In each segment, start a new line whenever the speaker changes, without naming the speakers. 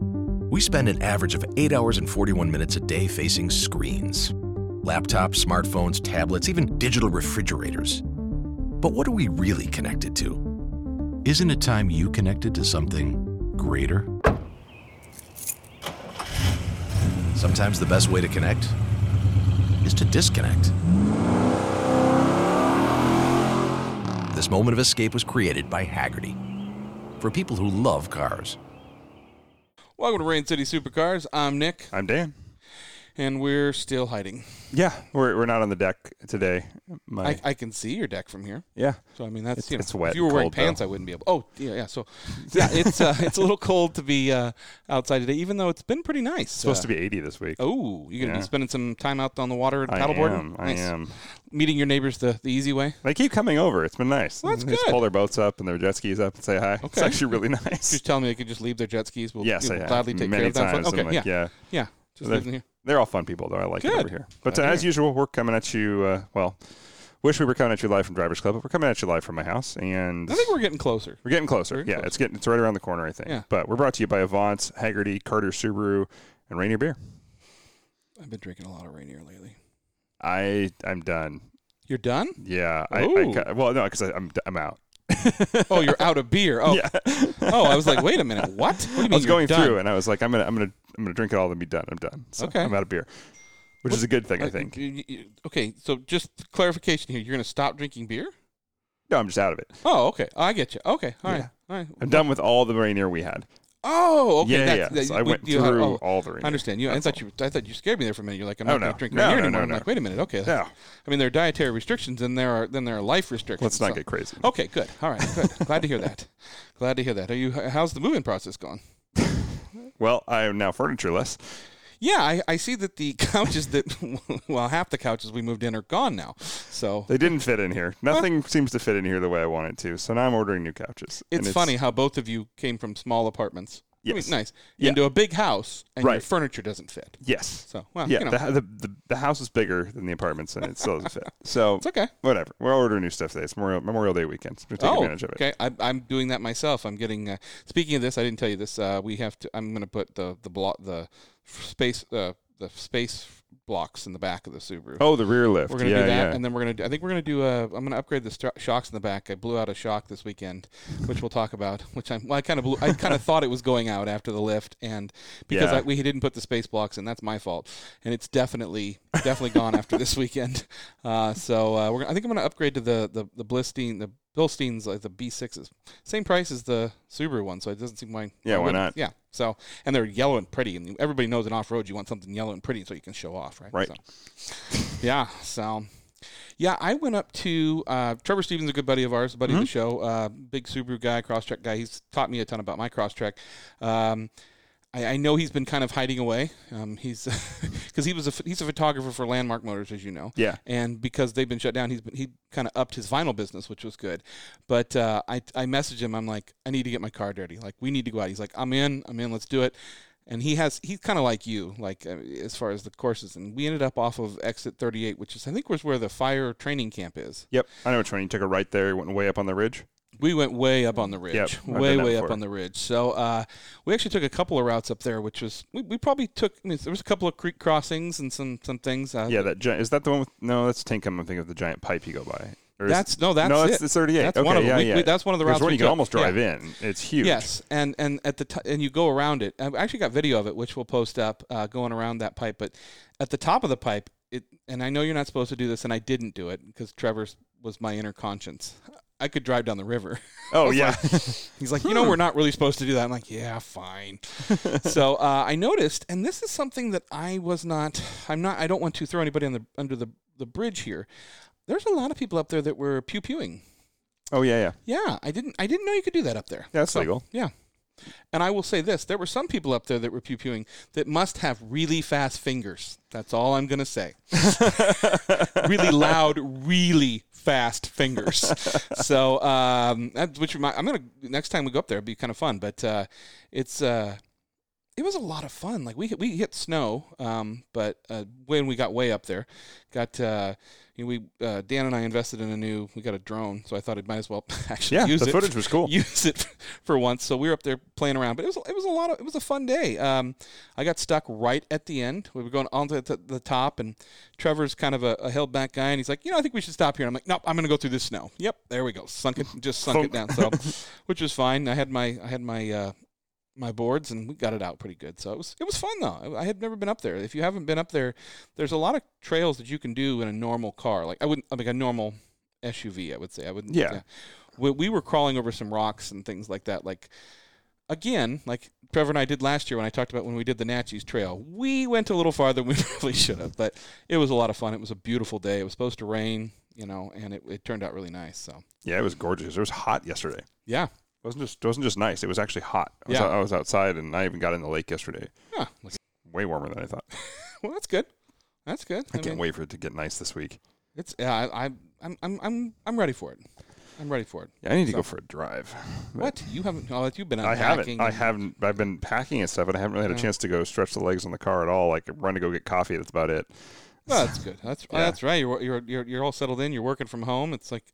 We spend an average of 8 hours and 41 minutes a day facing screens laptops, smartphones, tablets, even digital refrigerators. But what are we really connected to? Isn't it time you connected to something greater? Sometimes the best way to connect is to disconnect. This moment of escape was created by Haggerty for people who love cars.
Welcome to Rain City Supercars. I'm Nick,
I'm Dan.
and we're still hiding.
Yeah, we're, we're not on the deck today. My,
I, I can see your deck from here,
yeah,
so I mean that's
It's-
you know,
it's wet
If you were
and
wearing
cold,
pants,
though.
I wouldn't be able. Oh yeah, yeah. So yeah, it's uh, it's a little cold to be uh, outside today, even though it's been pretty nice.
supposed to be 80 this week.
Uh, Oh, you're gonna
Yeah.
be spending some time out on the water and
I
paddleboarding.
am. I
Nice.
am.
Meeting your neighbors the, the easy way.
They keep coming over. It's been nice.
Well, that's
They just
good.
pull their boats up and their jet skis up and say hi. It's
Okay.
actually really
Just
nice.
telling me they could just leave their jet skis. We'll
yes,
we'll
I have.
gladly take
Many
care of that.
times.
for- Okay,
I'm like,
yeah, yeah,
yeah.
Just
They're-
leave them here.
They're all fun people, though. I like it
Good.
over here. But uh, as usual, we're coming at you. Uh, well, wish we were coming at you live from Drivers Club, but we're coming at you live from my house. And
I think we're getting closer.
We're getting closer.
getting
yeah, it's getting it's right around the corner, I think.
Yeah.
But we're brought to you by Avance, Haggerty, Carter Subaru, and Rainier Beer.
I've been drinking a lot of Rainier lately.
I I'm done.
You're done?
Yeah. I, I
Ooh.
ca- well, no, because I'm d- I'm out.
Oh, you're out of beer. Oh,
Yeah.
oh, I was like, wait a minute, what? What do you mean
I was
you're
going
done?
through, and I was like, I'm gonna I'm gonna I'm gonna drink it all and be done. I'm done. So
Okay.
I'm out of beer, which is a good thing, I think.
Y- y- y- Okay, so just clarification here. You're going to stop drinking beer?
No, I'm just out of it.
Oh, okay. I get you. Okay, all right,
Yeah.
all right.
I'm done with all the Rainier we had.
Oh, okay.
yeah,
that's-
yeah.
that-
So I
we-
went
you had-
through
oh,
all the Rainier.
I understand. You. I thought you. I thought you scared me there for a minute. You're like, I'm
Oh,
not going
no.
to drink
No,
Rainier
no,
anymore.
no,
I'm
no.
like, wait a minute. Okay.
No.
I mean, there are dietary restrictions, and there are then there are life restrictions.
Let's not
so-
get crazy.
Okay, good. All right, good. Glad to hear that. Glad to hear that. Are you? How's the moving process going?
Well, I am now furnitureless.
Yeah, I, I see that the couches that well, half the couches we moved in are gone now. So
They didn't fit in here. Nothing seems to fit in here the way I want it to. So now I'm ordering new couches. And
it's funny how both of you came from small apartments. I mean,
Yes.
nice.
Yeah.
Into a big house, and your
Right.
furniture doesn't fit.
Yes.
So well,
yeah,
you know,
the, the, the the house is bigger than the apartments, and it still doesn't fit. So
it's okay.
whatever. We're ordering new stuff today. It's Memorial, Memorial Day weekend. So we're gonna take advantage of it.
Oh, okay. I, I'm doing that myself. I'm getting. Uh, speaking of this, I didn't tell you this. Uh, we have to. I'm going to put the the block the space uh, the space blocks in the back of the Subaru.
Oh, the rear lift.
We're gonna
yeah,
do that,
yeah.
and then we're gonna. Do, I think we're gonna do. A, I'm gonna upgrade the stro- shocks in the back. I blew out a shock this weekend, which we'll talk about. Which I'm. Well, I kind of blew. I kind of thought it was going out after the lift, and because
Yeah.
I, we didn't put the space blocks in, that's my fault. And it's definitely definitely gone after this weekend. Uh, so uh, we're. gonna- I think I'm gonna upgrade to the the the Blistein the Bilsteins like the B6s, same price as the Subaru one. So it doesn't seem why.
Yeah, why
wouldn't-
not?
Yeah. So and they're yellow and pretty, and everybody knows in off road you want something yellow and pretty so you can show off, right?
Right.
So- yeah. So, yeah, I went up to uh, Trevor Stevens, a good buddy of ours, a buddy of the show, uh, big Subaru guy, cross track guy. He's taught me a ton about my cross track. Um, I, I know he's been kind of hiding away. Um, he's because he was a ph- he's a photographer for Landmark Motors, as you know.
Yeah.
And because they've been shut down, he's been, he kind of upped his vinyl business, which was good. But uh, I I messaged him. I'm like, I need to get my car dirty. Like we need to go out. He's like, I'm in. I'm in. Let's do it. And he has he's kind of like you, like uh, as far as the courses. And we ended up off of exit 38, which is I think was where the fire training camp is.
Yep. I know which one. You took a right there. You went way up on the ridge.
We went way up on the ridge,
Mm, Yep, I've done
way
that
way up
before.
on the ridge. So uh, we actually took a couple of routes up there, which was we, we probably took. I mean, there was a couple of creek crossings and some some things. Uh,
Yeah. That giant, is that the one with? No, that's Tinkham. I'm thinking of the giant pipe you go by. Or is-
That's no, that's
no, that's
it.
the 38.
That's
okay.
one of
yeah,
them. We-
yeah.
we- that's one of the
There's
routes
one
we
you can
took.
almost
Yeah.
drive in. It's huge.
Yes, and and at the t- and you go around it. I've actually got video of it, which we'll post up uh, going around that pipe. But at the top of the pipe, it and I know you're not supposed to do this, and I didn't do it because Trevor was my inner conscience. I could drive down the river.
Oh yeah.
He's like, you know, we're not really supposed to do that. I'm like, yeah, fine. so uh, I noticed, and this is something that I was not. I'm not. I don't want to throw anybody on the under the the bridge here. There's a lot of people up there that were pew pewing.
oh yeah. Yeah.
Yeah, I didn't. I didn't know you could do that up there.
That's legal.
Yeah. And I will say this there were some people up there that were pew pewing that must have really fast fingers. That's all I'm going to say. really loud, really fast fingers. so, um, that, which remind, I'm going to, next time we go up there, it'd be kind of fun. But uh, it's, uh, it was a lot of fun. Like we hit- we hit snow, um, but uh, when we got way up there, got uh, you know, we uh, Dan and I invested in a new. We got a drone, so I thought I might as well actually
Yeah,
use
the
it
footage was cool.
use it for once. So we were up there playing around, but it was it was a lot of it was a fun day. Um, I got stuck right at the end. We were going on to the, the top, and Trevor's kind of a, a held back guy, and he's like, you know, I think we should stop here. And I'm like, nope, I'm going to go through this snow. Yep, there we go. Sunk it, just sunk it down. So, which was fine. I had my I had my uh, my boards, and we got it out pretty good. So it was it was fun though. I I had never been up there. If you haven't been up there, there's a lot of trails that you can do in a normal car. Like I wouldn't like a normal SUV. I would say I wouldn't.
Yeah.
We, we were crawling over some rocks and things like that. Like again, like Trevor and I did last year when I talked about when we did the Natchez Trail. We went a little farther than we probably should have, but it was a lot of fun. It was a beautiful day. It was supposed to rain, you know, and it, it turned out really nice. So
Yeah, it was gorgeous. It was hot yesterday. It
yeah,
wasn't just it wasn't just nice. It was actually hot. I was,
Yeah.
out- I was outside and I even got in the lake yesterday.
Huh. Look-
Way warmer than I thought.
well, that's good. That's good.
I can't wait for it to get nice this week.
It's yeah, I, I, I'm I'm I'm I'm ready for it. I'm ready for it.
Yeah, I need to
So-
go for a drive.
What you haven't? Oh, you've been
I
unpacking.
haven't. I
and-
haven't. I've been packing and stuff, and I haven't really had a
Yeah.
chance to go stretch the legs on the car at all. Like run to go get coffee. That's about it.
Well, that's good. That's that's right. You're, you're you're you're all settled in. You're working from home. It's like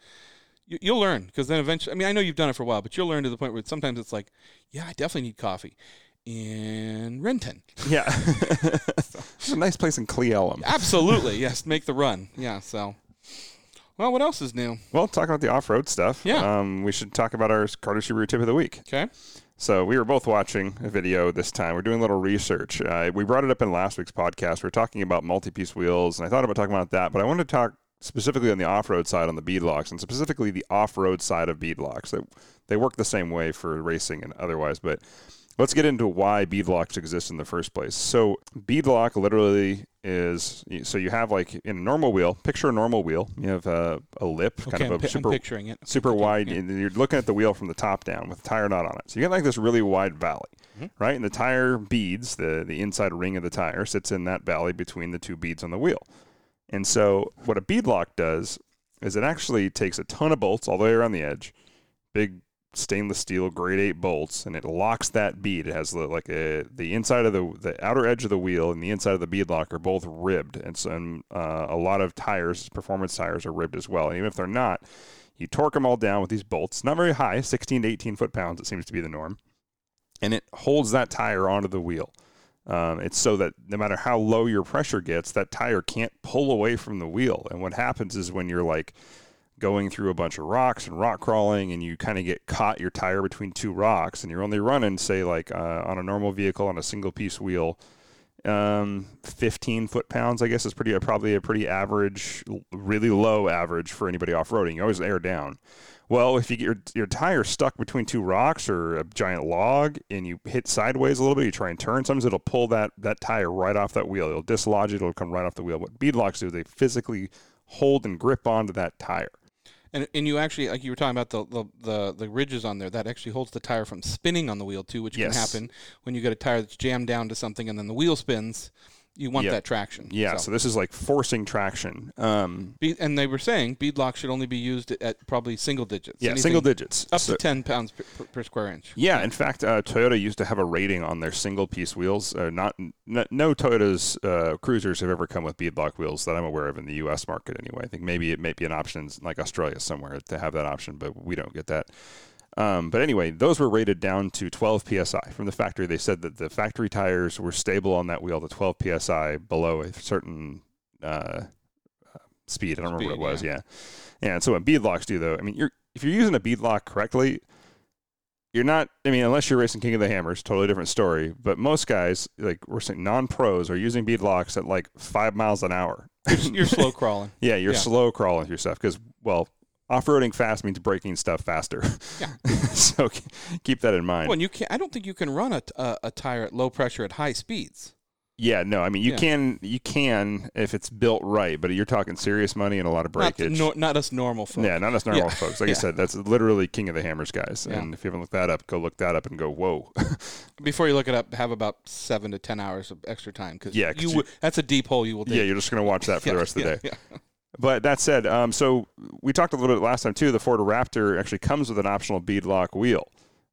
you, you'll learn because then eventually. I mean, I know you've done it for a while, but you'll learn to the point where sometimes it's like, yeah, I definitely need coffee in Renton.
Yeah, it's a nice place in Cle Elum.
Absolutely, yes. Make the run. Yeah. So, well, what else is new?
Well, talking about the off-road stuff.
Yeah.
Um, we should talk about our Carter Subaru tip of the week.
Okay.
So we were both watching a video this time. We're doing a little research. Uh, we brought it up in last week's podcast. We are talking about multi-piece wheels, and I thought about talking about that, but I wanted to talk specifically on the off-road side on the beadlocks, and specifically the off-road side of beadlocks. They, they work the same way for racing and otherwise, but let's get into why beadlocks exist in the first place. So beadlock literally is so you have like in a normal wheel. Picture a normal wheel. You have a, a lip,
Okay.
kind of
I'm,
a
pi- I'm
super
picturing it.
super wide,
yeah.
and you're looking at the wheel from the top down with the tire not on it. So you get like this really wide valley, right? And the tire beads, the the inside ring of the tire sits in that valley between the two beads on the wheel. And so what a bead lock does is it actually takes a ton of bolts all the way around the edge, big stainless steel grade eight bolts, and it locks that bead. It has the- like a, the inside of the the outer edge of the wheel and the inside of the bead lock are both ribbed, and so and, uh, a lot of tires, performance tires, are ribbed as well. And even if they're not, you torque them all down with these bolts, not very high, 16 to 18 foot pounds. It seems to be the norm, and it holds that tire onto the wheel. Um, it's so that no matter how low your pressure gets, that tire can't pull away from the wheel. And what happens is when you're like going through a bunch of rocks and rock crawling, and you kind of get caught your tire between two rocks, and you're only running, say, like uh, on a normal vehicle on a single piece wheel, um, 15 foot pounds, I guess, is pretty uh, probably a pretty average, l- really low average for anybody off roading. You always air down. Well, if you get your, your tire stuck between two rocks or a giant log and you hit sideways a little bit, you try and turn, sometimes it'll pull that, that tire right off that wheel. It'll dislodge it, it'll come right off the wheel. What beadlocks do, they physically hold and grip onto that tire.
And and you actually like you were talking about the the, the the ridges on there that actually holds the tire from spinning on the wheel too, which
Yes.
can happen when you get a tire that's jammed down to something and then the wheel spins. You want
Yep.
that traction.
Yeah,
So.
so this is like forcing traction. Um,
Be- and they were saying beadlock should only be used at, at probably single digits.
yeah,
Anything
single digits.
Up
So-
to ten pounds per, per, per square inch.
Yeah, in fact, uh, Toyota used to have a rating on their single-piece wheels. Uh, not n- no Toyota's uh, cruisers have ever come with beadlock wheels that I'm aware of in the U.S. market. Anyway, I think maybe it may be an option in, like Australia somewhere to have that option, but we don't get that. Um, but anyway, those were rated down to 12 psi from the factory. They said that the factory tires were stable on that wheel to 12 psi below a certain uh, uh, speed. I don't remember
Speed,
what it was. Yeah. yeah, And so what beadlocks do though, I mean, you're if you're using a beadlock correctly, you're not i mean unless you're racing king of the hammers totally different story but most guys like we're saying non-pros are using bead locks at like five miles an hour
You're, you're slow crawling.
yeah you're
Yeah.
slow crawling through stuff because well off-roading fast means breaking stuff faster yeah. so k- keep that in mind
Well, and you can not I don't think you can run a, t- a a tire at low pressure at high speeds.
yeah no i mean you
Yeah.
can you can if it's built right but you're talking serious money and a lot of
Not the
breakage
nor- not us normal folks.
Yeah, not us normal folks. Like
Yeah.
I said, that's literally king of the hammers, guys.
Yeah.
And if you haven't looked that up, go look that up and go, whoa.
Before you look it up, have about seven to ten hours of extra time because
Yeah, 'cause
you,
you-
w- that's a deep hole you will dig.
yeah, you're just going to watch that for the rest of the
yeah,
day.
yeah.
But that said, um, so we talked a little bit last time too. The Ford Raptor actually comes with an optional beadlock wheel.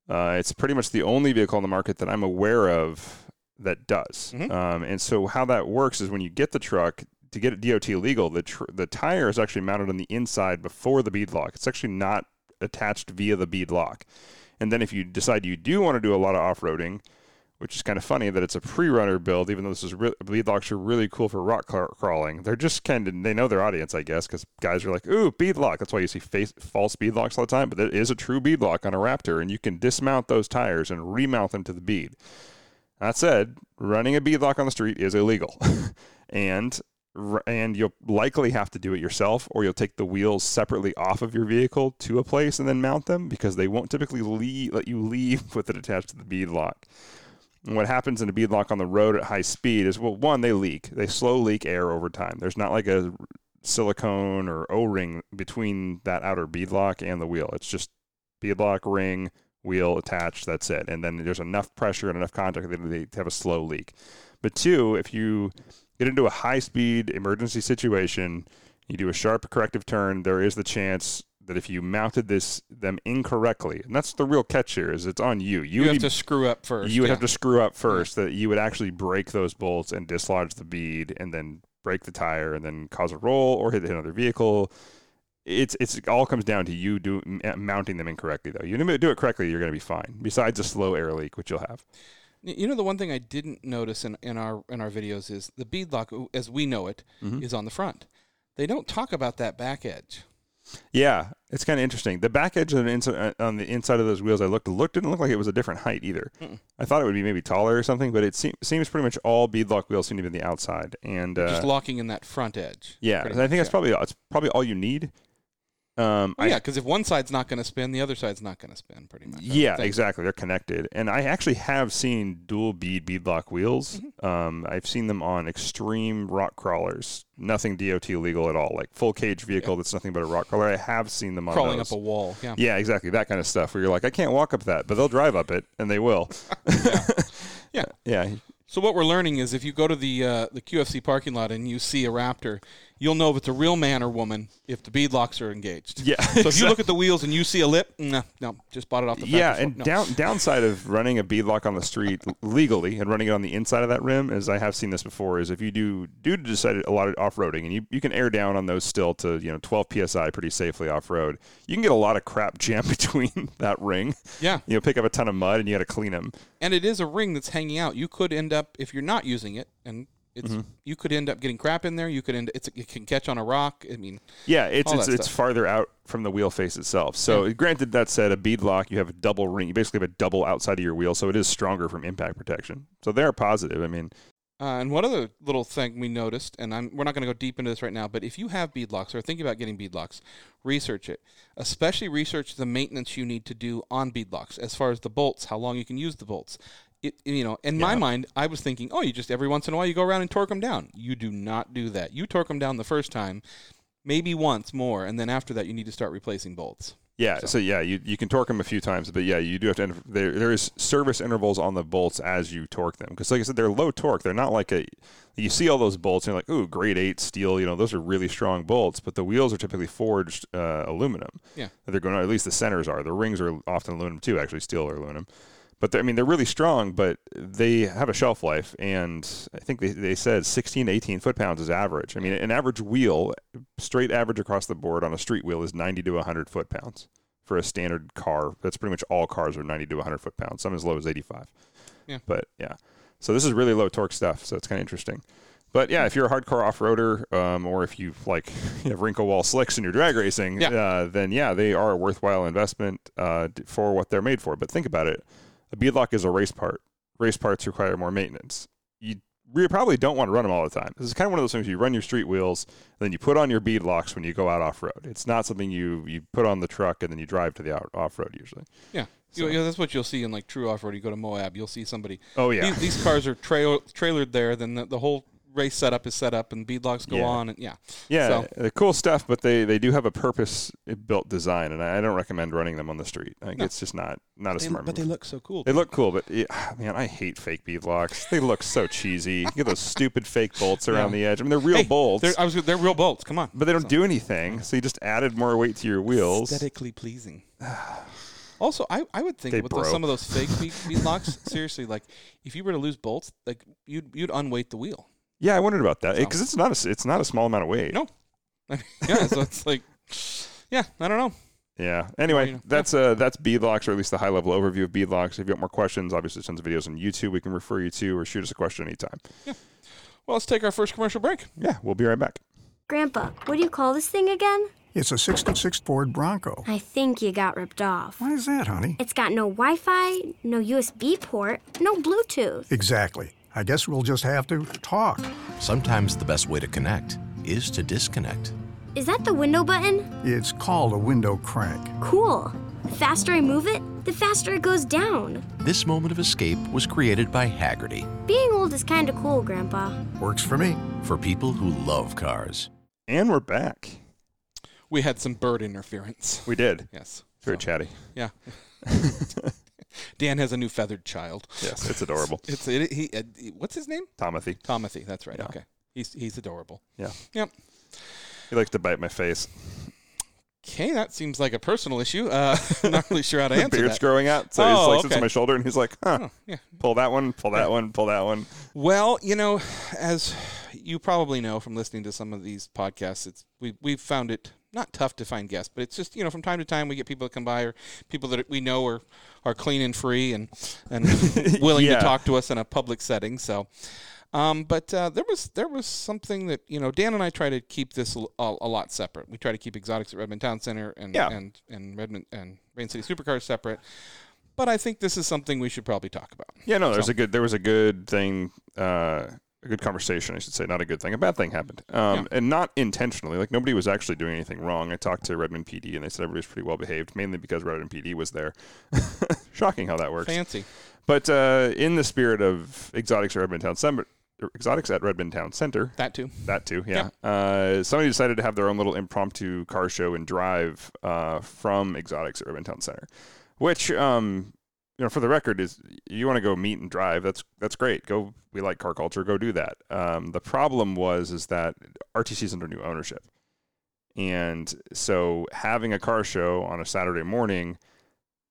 Uh, it's pretty much the only vehicle on the market that I'm aware of that does.
Mhm.
Um, and so how that works is when you get the truck to get it DOT legal, the tr- the tire is actually mounted on the inside before the bead lock. It's actually not attached via the bead lock. And then if you decide you do want to do a lot of off roading, which is kind of funny that it's a pre-runner build, even though this is re- bead locks are really cool for rock cra- crawling. They're just kind of they know their audience, I guess, because guys are like, "Ooh, bead lock." That's why you see face, false bead locks all the time. But there is a true bead lock on a Raptor, and you can dismount those tires and remount them to the bead. That said, running a bead lock on the street is illegal, and r- and you'll likely have to do it yourself, or you'll take the wheels separately off of your vehicle to a place and then mount them because they won't typically leave, let you leave with it attached to the bead lock. And what happens in a bead lock on the road at high speed is well, one, they leak. They slow leak air over time. There's not like a silicone or O ring between that outer bead lock and the wheel. It's just bead lock, ring, wheel attached. That's it. And then there's enough pressure and enough contact that they have a slow leak. But two, if you get into a high speed emergency situation, you do a sharp corrective turn, there is the chance that if you mounted this them incorrectly, and that's the real catch here is it's on you.
You,
You,
have
need-
to screw up first.
you would
yeah.
have to screw up first that you would actually break those bolts and dislodge the bead and then break the tire and then cause a roll or hit another vehicle. It's it's it all comes down to you do m- mounting them incorrectly though. You do it correctly, you're going to be fine. Besides a slow air leak, which you'll have.
Y- You know the one thing I didn't notice in, in our in our videos is the bead lock o- as we know it is
Mhm.
on the front. They don't talk about that back edge.
Yeah, it's kind of interesting. The back edge of the inside, on the inside of those wheels, I looked looked didn't look like it was a different height either.
Mm-mm.
I thought it would be maybe taller or something, but it seem, seems pretty much all bead lock wheels seem to be on the outside. And uh,
Just locking in that front edge.
yeah,
pretty
and I
much,
think that's
yeah.
probably it's probably all you need. Um,
Oh,
I-
yeah, because if one side's not going to spin, the other side's not going to spin, pretty much. I would
Yeah,
think.
exactly. They're connected. And I actually have seen dual bead beadlock wheels.
Mm-hmm.
Um, I've seen them on extreme rock crawlers. Nothing DOT legal at all. Like full cage vehicle that's nothing but a rock crawler. I have seen them on
Crawling
those.
up a wall. Yeah.
yeah, exactly. That kind of stuff where you're like, I can't walk up that, but they'll drive up it and they will.
Yeah.
yeah.
So what we're learning is if you go to the uh, the QFC parking lot and you see a Raptor, you'll know if it's a real man or woman if the bead locks are engaged.
Yeah.
So if you look at the wheels and you see a lip, nah, no, just bought it off the
yeah,
factory
and
floor. No.
down downside of running a beadlock on the street legally and running it on the inside of that rim, as I have seen this before, is if you do do decide a lot of off roading and you, you can air down on those still to you know 12 psi pretty safely off road, you can get a lot of crap jammed between that ring.
Yeah,
You know, pick up a ton of mud and you got to clean them.
and it is a ring that's hanging out. You could end up if you're not using it, and it's
Mm-hmm.
you could end up getting crap in there. You could end it's it can catch on a rock. I mean,
Yeah, it's
All
it's,
that
it's
stuff.
farther out from the wheel face itself. So, granted, that said, a beadlock you have a double ring. You basically have a double outside of your wheel, so it is stronger from impact protection. So they are positive. I mean,
Uh, and one other little thing we noticed, and I'm, we're not going to go deep into this right now, but if you have beadlocks or thinking about getting beadlocks, research it. Especially research the maintenance you need to do on beadlocks, as far as the bolts, how long you can use the bolts. It, you know, in my
Yeah.
mind, I was thinking, oh, you just every once in a while you go around and torque them down. You do not do that. You torque them down the first time, maybe once more, and then after that you need to start replacing bolts.
Yeah, so, yeah, you, you can torque them a few times, but yeah, you do have to. inter- There there is service intervals on the bolts as you torque them because, like I said, they're low torque. They're not like a. You see all those bolts and you're like, ooh, grade eight steel. You know, those are really strong bolts, but the wheels are typically forged uh, aluminum.
Yeah.
they're going. At least the centers are. The rings are often aluminum too. Actually, steel or aluminum. But they're- I mean, they're really strong, but they have a shelf life, and I think they, they said 16 to 18 foot pounds is average. I mean, an average wheel, straight average across the board on a street wheel is 90 to 100 foot pounds for a standard car. That's pretty much all cars are 90 to 100 foot pounds. Some as low as 85.
Yeah.
But yeah, so this is really low torque stuff. So it's kind of interesting. But yeah, if you're a hardcore off roader, um, or if you like you have wrinkle wall slicks in your drag racing,
Yeah.
Uh, then yeah, they are a worthwhile investment uh, d- for what they're made for. But think about it: a beadlock is a race part. Race parts require more maintenance. You you probably don't want to run them all the time. This is kind of one of those things you run your street wheels, and then you put on your bead locks when you go out off road. It's not something you you put on the truck and then you drive to the out off road usually.
Yeah.
So-
You- you know, that's what you'll see in like true off road. You go to Moab, you'll see somebody
Oh yeah.
these, these cars are trail, trailered there. Then the, the whole race setup is set up, and beadlocks go
Yeah.
on, and yeah,
Yeah,
So-
uh, cool stuff, but they, they do have a purpose eh, built design, and I I don't recommend running them on the street. Like,
No.
It's just not not a
They-
smart
but they
move.
look so cool.
They look cool, but yeah, man, I hate fake bead locks. They look so cheesy. You get those stupid fake bolts around the edge. I mean, they're real
Hey,
bolts,
They're, uh, I was, they're real bolts. Come on,
but they don't do anything. So you just added more weight to your wheels.
aesthetically pleasing. Also, I, I would think
Okay,
with those,
bro.
some of those fake bead, bead locks, seriously, like if you were to lose bolts, like you'd you'd unweight the wheel.
Yeah, I wondered about that
So-
because it's not a s- it's not a small amount of weight.
No. yeah, so it's like, yeah, I don't know.
Yeah.
you
Anyway,
know.
that's uh that's beadlocks, or at least the high level overview of beadlocks. If you got more questions, obviously tons of videos on YouTube we can refer you to, or shoot us a question anytime.
Well, let's take our first commercial break.
Yeah, we'll be right back.
Grandpa, what do you call this thing again?
It's a 66 Ford Bronco.
I think you got ripped off.
Why is that, honey?
It's got no Wi Fi, no USB port, no Bluetooth.
Exactly. I guess we'll just have to talk.
Sometimes the best way to connect is to disconnect.
Is that the window button?
It's called a window crank.
Cool. The faster I move it, the faster it goes down.
This moment of escape was created by Haggerty
Being old is kinda cool, Grandpa.
Works for me.
for people who love cars.
And we're back.
We had some bird interference.
We did.
Yes.
It's very chatty.
Yeah. Dan has a new feathered child.
Yes, it's adorable.
It's it, he. Uh, what's his name?
Tomothy.
Tomothy. That's right.
Yeah.
Okay. He's he's adorable.
Yeah.
Yep.
He likes to bite my face.
Okay, that seems like a personal issue. Uh, not really sure how to
The
answer
beard's
that.
growing out, so he's
Oh,
like sits
okay.
on my shoulder and he's like, huh.
Oh, yeah.
Pull that one, pull that one, pull that one.
Well, you know, as you probably know from listening to some of these podcasts, it's we we've found it not tough to find guests, but it's just you know from time to time we get people that come by or people that we know are are clean and free and and willing
Yeah.
to talk to us in a public setting. So. Um, but uh, there was there was something that you know Dan and I try to keep this a, a lot separate. We try to keep exotics at Redmond Town Center and
Yeah.
and and Redmond and Rain City Supercars separate. But I think this is something we should probably talk about.
Yeah, no, there's
So-
a good there was a good thing uh a good conversation, I should say, not a good thing. A bad thing happened, um, and not intentionally. Like nobody was actually doing anything wrong. I talked to Redmond PD, and they said everybody's pretty well behaved, mainly because Redmond PD was there. Shocking how that works.
Fancy.
But uh, in the spirit of exotics at Redmond Town Center, er, exotics at Redmond Town Center,
That too.
that too, yeah. Uh, somebody decided to have their own little impromptu car show and drive uh, from Exotics at Urban Town Center, which, um, you know, for the record, is you want to go meet and drive. That's that's great. Go, we like car culture. Go do that. Um, the problem was is that RTC is under new ownership, and so having a car show on a Saturday morning,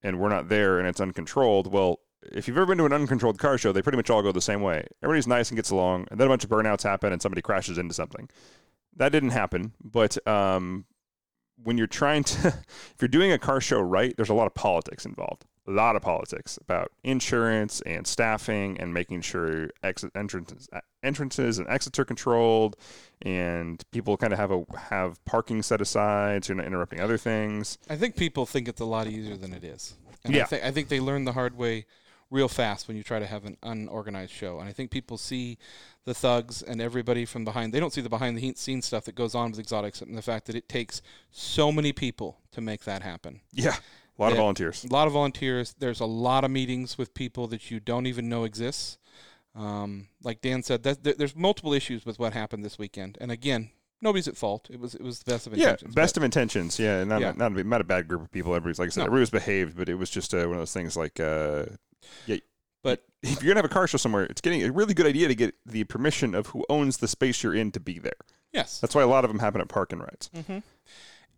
and we're not there, and it's uncontrolled. Well. If you've ever been to an uncontrolled car show, they pretty much all go the same way. Everybody's nice and gets along, and then a bunch of burnouts happen, and somebody crashes into something that didn't happen. But um, when you're trying to, if you're doing a car show right, there's a lot of politics involved. A lot of politics about insurance and staffing and making sure exit entrances, entrances and exits are controlled, and people kind of have a have parking set aside so you're not interrupting other things.
I think people think it's a lot easier than it is. And I,
Yeah.
thi- I think they learn the hard way real fast when you try to have an unorganized show. And I think people see the thugs and everybody from behind. They don't see the behind the he- scenes stuff that goes on with exotics and the fact that it takes so many people to make that happen.
Yeah, a lot of
Yeah.
volunteers.
A lot of volunteers. There's a lot of meetings with people that you don't even know exists. Um, like Dan said, that, there- there's multiple issues with what happened this weekend. And again, nobody's at fault. It was it was the best of
Yeah,
intentions.
best of intentions. Yeah, not
Yeah.
not a, not a bad group of people. Everybody's like I said,
No.
everybody's behaved, but it was just uh, one of those things like, uh, yeah.
But-
if you're gonna have a car show somewhere, it's getting a really good idea to get the permission of who owns the space you're in to be there.
yes.
That's why a lot of them happen at park and rides.
Mm-hmm.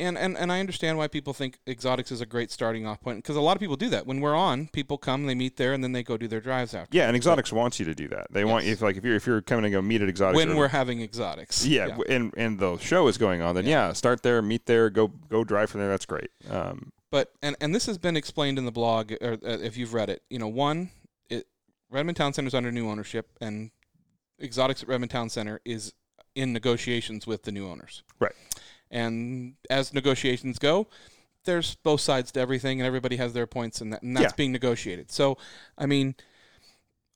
and, and and I understand why people think exotics is a great starting off point because a lot of people do that. When we're on, people come, they meet there, and then they go do their drives after.
Yeah, and Exotics wants you to do that. They want you if like if you're if you're coming to go meet at Exotics
when
or-
we're having exotics,
yeah, w and and the show is going on, then yeah. start there, meet there, go go drive from there. That's great. Um,
But and and this has been explained in the blog, or uh, if you've read it. You know, one, it Redmond Town Center's under new ownership, and exotics at Redmond Town Center is in negotiations with the new owners.
right.
And as negotiations go, there's both sides to everything, and everybody has their points, and, that, and that's
Yeah.
being negotiated. So, I mean,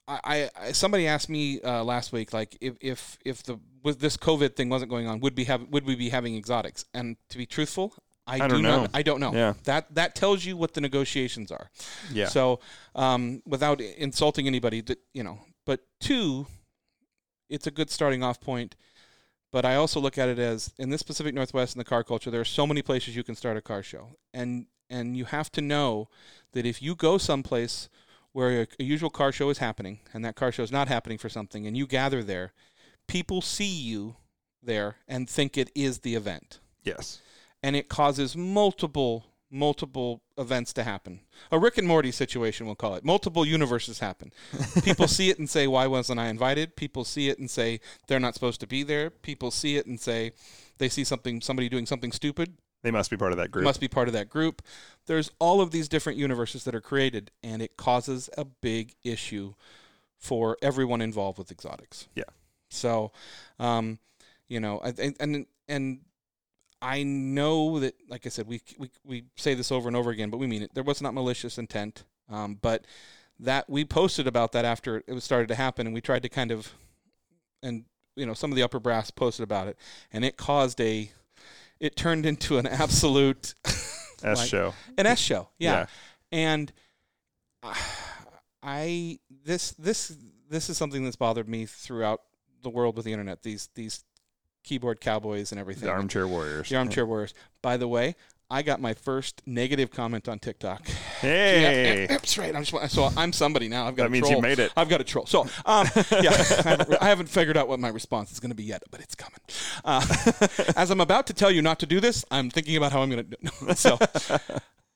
I, I I- somebody asked me uh, last week, like, if if if the was this COVID thing wasn't going on, would be have would we be having exotics? And to be truthful, I,
I
do
don't know.
not. I don't know.
Yeah.
That that tells you what the negotiations are.
Yeah.
So, um, without i- insulting anybody, that you know, but two, it's a good starting off point. But I also look at it as in this Pacific Northwest and the car culture, there are so many places you can start a car show, and and you have to know that if you go someplace where a, a usual car show is happening and that car show is not happening for something, and you gather there, people see you there and think it is the event
Yes.
and it causes multiple multiple events to happen. A Rick and Morty situation, we'll call it. Multiple universes happen. People see it and say, why wasn't I invited? People see it and say, they're not supposed to be there. People see it and say, they see something, somebody doing something stupid,
They must be part of that group.
must be part of that group. There's all of these different universes that are created, and it causes a big issue for everyone involved with exotics.
Yeah.
So, um, you know, I- and and and I know that, like I said, we we we say this over and over again, but we mean it. There was not malicious intent, um, but that we posted about that after it was started to happen, and we tried to kind of, and you know, some of the upper brass posted about it, and it caused a, it turned into an absolute
S
like-
show.
an S show. Yeah.
Yeah.
And uh, I this this this is something that's bothered me throughout the world with the internet. These these keyboard cowboys and everything.
The armchair warriors.
The armchair warriors. By the way, I got my first negative comment on TikTok.
Hey.
Yeah, that's right. I'm just, so I'm somebody now. I've got
That
a
means you
troll.
made it.
I've got a troll. So um, yeah, I haven't, I haven't figured out what my response is going to be yet, but it's coming. Uh, as I'm about to tell you not to do this, I'm thinking about how I'm going to do it. so.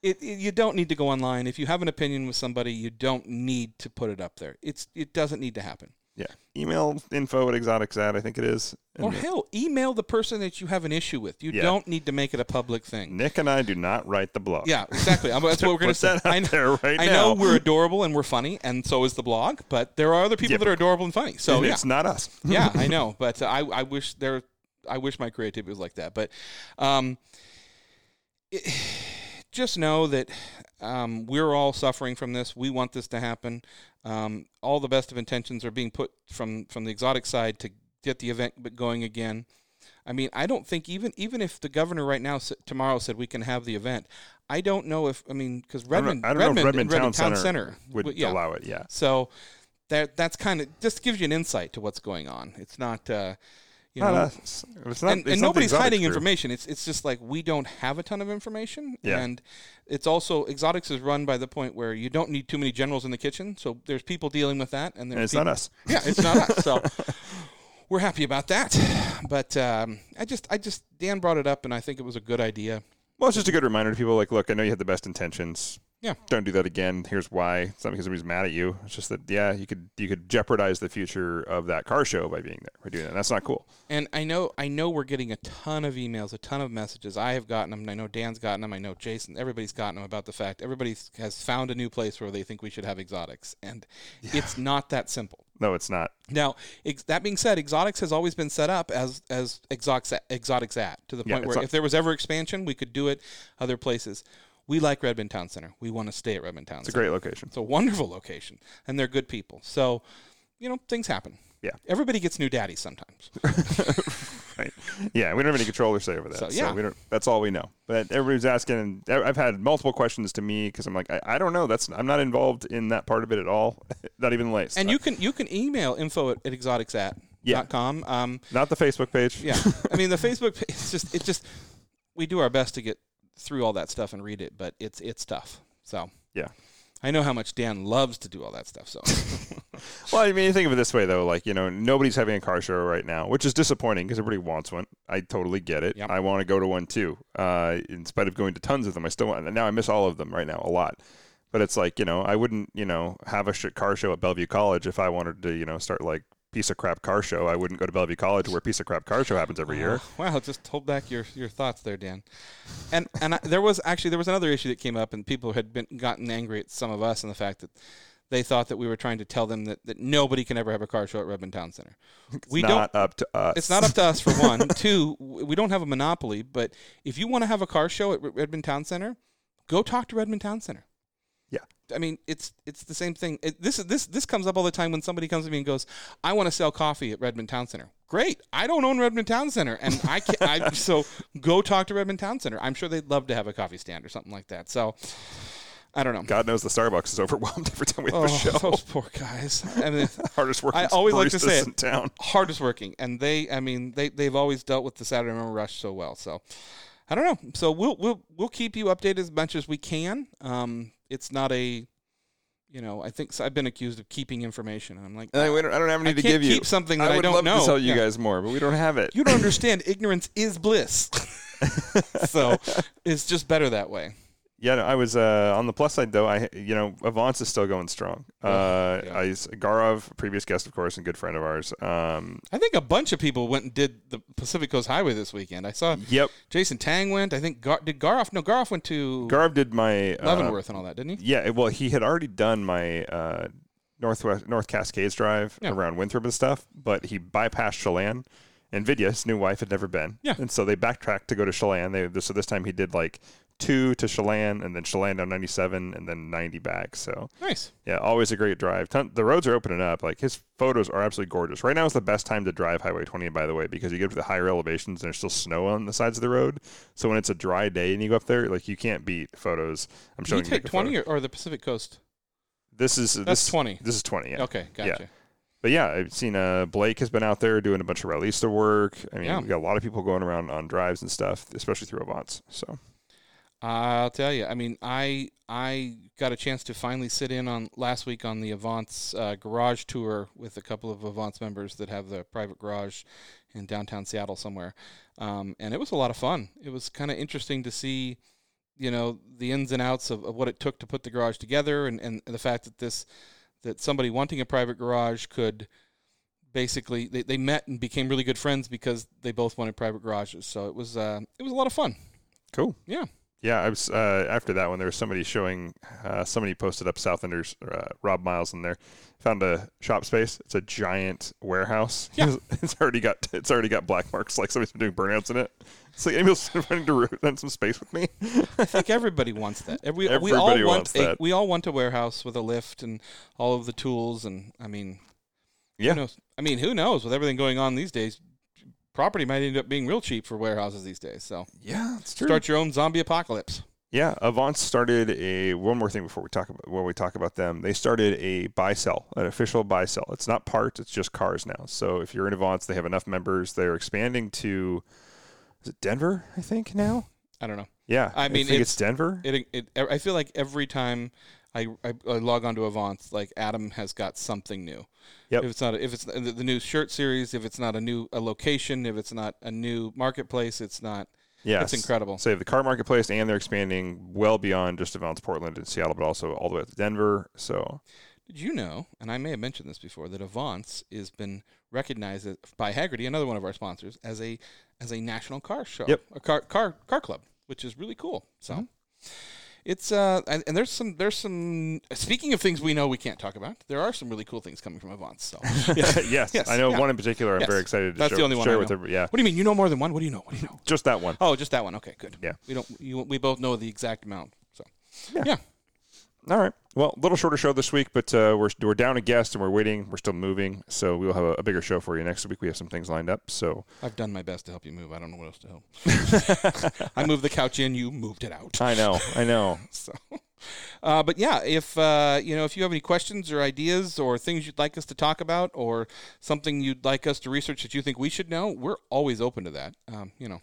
It, it, you don't need to go online if you have an opinion with somebody. You don't need to put it up there. It's it doesn't need to happen.
Yeah. Email info at exotics at I think it is. And
Or hell, email the person that you have an issue with. You
Yeah.
don't need to make it a public thing.
Nick and I do not write the blog.
Yeah, exactly. I'm- that's what we're going to say.
Put that out
I, kn-
there right
I know
now.
we're adorable and we're funny, and so is the blog. But there are other people
Yeah,
that are adorable and funny. So
And
yeah,
it's not us.
yeah, I know. But uh, I, I wish there, I wish my creativity was like that. But, um, it- just know that um, we're all suffering from this. We want this to happen. Um, all the best of intentions are being put from from the exotic side to get the event b- going again. I mean, I don't think even even if the governor right now s- tomorrow said we can have the event, I don't know if I mean because
I don't,
Redmond,
know, I don't
Redmond,
know if Redmond,
Redmond
Town, Center, would
w- yeah.
allow it. Yeah.
So that that's kind of just gives you an insight to what's going on. It's not uh, you
Not
know,
us. It's not,
and,
it's
and
not the
nobody's
Exotics
hiding
group.
information. It's it's just like we don't have a ton of information,
Yeah.
and it's also exotics is run by the point where you don't need too many generals in the kitchen. So there's people dealing with that, and there's
And it's
people,
not us.
yeah, it's not us. So we're happy about that. But um, I just I just Dan brought it up, and I think it was a good idea.
Well, it's just a good reminder to people like, look, I know you had the best intentions.
Yeah.
Don't do that again. Here's why. It's not because somebody's mad at you. It's just that, yeah, you could you could jeopardize the future of that car show by being there, by doing that. That's not cool.
And I know I know we're getting a ton of emails, a ton of messages. I have gotten them. and I know Dan's gotten them. I know Jason. Everybody's gotten them about the fact everybody has found a new place where they think we should have exotics, and it's not that simple.
No, it's not.
Now, ex- that being said, Exotics has always been set up as as Exotics at, Exotics at to the
Yeah,
point
it's
where
not-
if there was ever expansion, we could do it other places. We like Redmond Town Center. We want to stay at Redmond Town
It's a
Center.
great location.
It's a wonderful location, and they're good people. So, you know, things happen.
Yeah.
Everybody gets new daddies sometimes.
Right. Yeah, we don't have any control or say over that.
So,
So,
yeah.
we don't. That's all we know. But everybody's asking, and I- I've had multiple questions to me because I'm like, I, I don't know. That's I'm not involved in that part of it at all. not even the least. Uh,
and you can you can email info at, at exotics at
Yeah.
dot com. Um,
not the Facebook page.
yeah. I mean, the Facebook pa- it's just it's just we do our best to get through all that stuff and read it, but it's it's tough. So.
yeah.
I know how much Dan loves to do all that stuff. So,
Well, I mean, think of it this way though. Like you know, nobody's having a car show right now, which is disappointing because everybody wants one. I totally get it.
Yep.
I want to go to one too. Uh, in spite of going to tons of them, I still want. Now I miss all of them right now a lot. But it's like you know, I wouldn't you know have a sh- car show at Bellevue College if I wanted to you know start like piece of crap car show. I wouldn't go to Bellevue College where piece of crap car show happens every year.
wow, just hold back your, your thoughts there, Dan. And and I, there was actually there was another issue that came up, and people had been gotten angry at some of us and the fact that they thought that we were trying to tell them that, that nobody can ever have a car show at Redmond Town Center. we
Not up to uh, us.
It's not up to us for one. Two, w- we don't have a monopoly. But if you want to have a car show at Re- Redmond Town Center, go talk to Redmond Town Center.
Yeah.
I mean, it's it's the same thing. It, this is this this comes up all the time when somebody comes to me and goes, "I want to sell coffee at Redmond Town Center." Great, I don't own Redmond Town Center, and I can I so go talk to Redmond Town Center. I'm sure they'd love to have a coffee stand or something like that. So, I don't know.
God knows the Starbucks is overwhelmed every time we have
oh,
a show.
those poor guys. I mean,
Hardest working.
I always like to
baristas
say it.
in town.
hardest working, and they, I mean, they they've always dealt with the Saturday Morning Rush so well. So I don't know. So we'll we'll we'll keep you updated as much as we can. Um, it's not a, you know, I think so I've been accused of keeping information, and I'm like,
I, we don't, I don't have any
I
to
can't
give you.
keep something that I
would
don't
love
know.
to tell you
Yeah.
guys more, but we don't have it.
you don't understand. Ignorance is bliss. so it's just better that way.
Yeah, no, I was uh, on the plus side though. I you know Avance is still going strong. Uh,
yeah.
I, Garov, previous guest of course, and good friend of ours. Um,
I think a bunch of people went and did the Pacific Coast Highway this weekend. I saw
yep,
Jason Tang went. I think Gar- did Garoff. No, Garoff went to
Garov did my uh,
Leavenworth and all that, didn't he?
Yeah, well, he had already done my uh, northwest North Cascades drive
Yeah.
around Winthrop and stuff, but he bypassed Chelan. And Vidya, his new wife, had never been.
Yeah.
And so they backtracked to go to Chelan. They so this time he did like two to Chelan, and then Chelan down ninety seven, and then ninety back. So
Nice.
Yeah, always a great drive. Ton- the roads are opening up. Like his photos are absolutely gorgeous. Right now is the best time to drive Highway 20, by the way, because you get up to the higher elevations and there's still snow on the sides of the road. So when it's a dry day and you go up there, like you can't beat photos. I'm
Did
showing
you take
Nick a
twenty
photo.
or, or the Pacific Coast?
This is
That's
this,
20.
This is 20. Yeah.
Okay, gotcha.
But yeah, I've seen uh, Blake has been out there doing a bunch of Ralista work. I mean,
Yeah.
we got a lot of people going around on drives and stuff, especially through Avance. So
I'll tell you. I mean, I I got a chance to finally sit in on last week on the Avance uh, Garage Tour with a couple of Avance members that have the private garage in downtown Seattle somewhere, um, and it was a lot of fun. It was kind of interesting to see, you know, the ins and outs of, of what it took to put the garage together, and, and the fact that this that somebody wanting a private garage could basically they, they met and became really good friends because they both wanted private garages. So it was uh, it was a lot of fun.
cool.
Yeah.
Yeah, I was uh, after that one. There was somebody showing. Uh, somebody posted up Southenders uh, Rob Miles in there. Found a shop space. It's a giant warehouse.
Yeah.
it's already got it's already got black marks. Like somebody's been doing burnouts in it. It's like anybody else running to root rent some space with me.
I think everybody wants that. Every, we all
Everybody
want
wants
a,
that.
We all want a warehouse with a lift and all of the tools. And I mean,
Yeah.
Who knows? I mean, who knows? With everything going on these days, property might end up being real cheap for warehouses these days. So
yeah, it's true.
start your own zombie apocalypse.
Yeah, Avance started a one more thing before we talk about when we talk about them. They started a buy sell, an official buy sell. It's not parts, it's just cars now. So if you're in Avance, they have enough members. They're expanding to is it Denver? I think now.
I don't know.
Yeah,
I mean,
think
it's-
it's, Denver.
It, it. I feel like every time I, I, I log onto Avance, like Adam has got something new.
Yep.
If it's not if it's the, the new shirt series, if it's not a new a location, if it's not a new marketplace, it's not.
Yeah,
It's incredible.
So they have the car marketplace, and they're expanding well beyond just Avance, Portland, and Seattle, but also all the way up to Denver. So
Did you know, and I may have mentioned this before, that Avance has been recognized as- by Haggerty, another one of our sponsors, as a as a national car show,
Yep.
a car car car club, which is really cool. So
Mm-hmm.
it's uh, and, and there's some there's some speaking of things we know we can't talk about. There are some really cool things coming from Avance. So
yes, I know
yeah.
one in particular. I'm
Yes.
very excited to
That's
share,
the only one
share
I
with
know.
everybody. Yeah,
what do you mean? You know more than one? What do you know? What do you know?
just that one.
Oh, just that one. Okay, good.
Yeah.
we don't you, we both know the exact amount. So
Yeah.
yeah.
All right. Well, a little shorter show this week, but uh, we're, we're down a guest and we're waiting. We're still moving. So we'll have a, a bigger show for you next week. We have some things lined up. So
I've done my best to help you move. I don't know what else to help. I moved the couch in. You moved it out.
I know. I know.
So, uh, but yeah, if uh, you know, if you have any questions or ideas or things you'd like us to talk about, or something you'd like us to research that you think we should know, we're always open to that. Um, you know,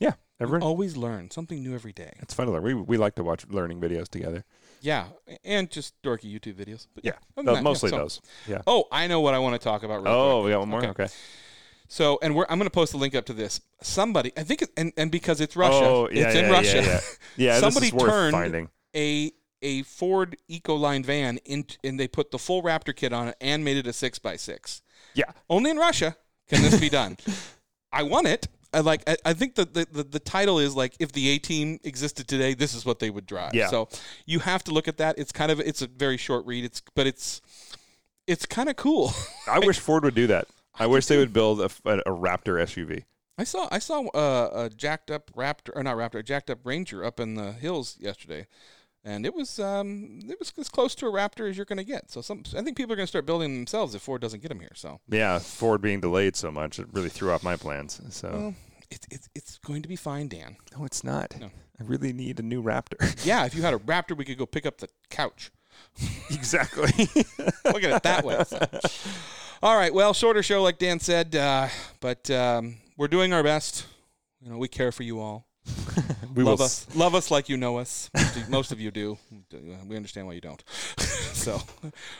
Yeah.
we
Everyone.
always learn something new every day.
It's fun to learn. We, we like to watch learning videos together.
Yeah, and just dorky YouTube videos. But other than
Tho-
that,
mostly
so-
those. Yeah.
Oh, I know what I want to talk about. Real
Oh,
quick.
we got one more?
Okay.
Okay.
So, and we're, I'm going to post a link up to this. Somebody, I think, it, and and because it's Russia,
Oh, yeah.
it's
yeah,
in
yeah,
Russia.
Yeah. yeah. Yeah,
Somebody
this is worth
turned
finding.
a a Ford Ecoline van in, and they put the full Raptor kit on it and made it a six by six.
Yeah.
Only in Russia can this be done. I want it. I like. I, I think that the, the the title is like if the A team existed today, this is what they would drive.
Yeah.
So you have to look at that. It's kind of it's a very short read. It's but it's it's kind of cool.
I wish Ford would do that. I wish they would build a, f- a- a Raptor SUV.
I saw I saw uh, a jacked up Raptor or not Raptor, a jacked up Ranger up in the hills yesterday, and it was um it was as close to a Raptor as you're going to get. So some I think people are going to start building them themselves if Ford doesn't get them here. So
Yeah. Ford being delayed so much, it really threw off my plans. So.
well, it's it's it's going to be fine, Dan.
no, it's not.
No.
I really need a new Raptor.
Yeah, if you had a Raptor, we could go pick up the couch.
exactly.
Look at it that way. So. All right, well, shorter show like Dan said, uh, but um, we're doing our best. You know, we care for you all.
we
love
will s-
us, love us like you know us. Most of- Most of you do. We understand why you don't. so,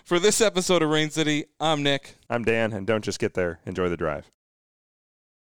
for this episode of Rain City, I'm Nick.
I'm Dan, and don't just get there. Enjoy the drive.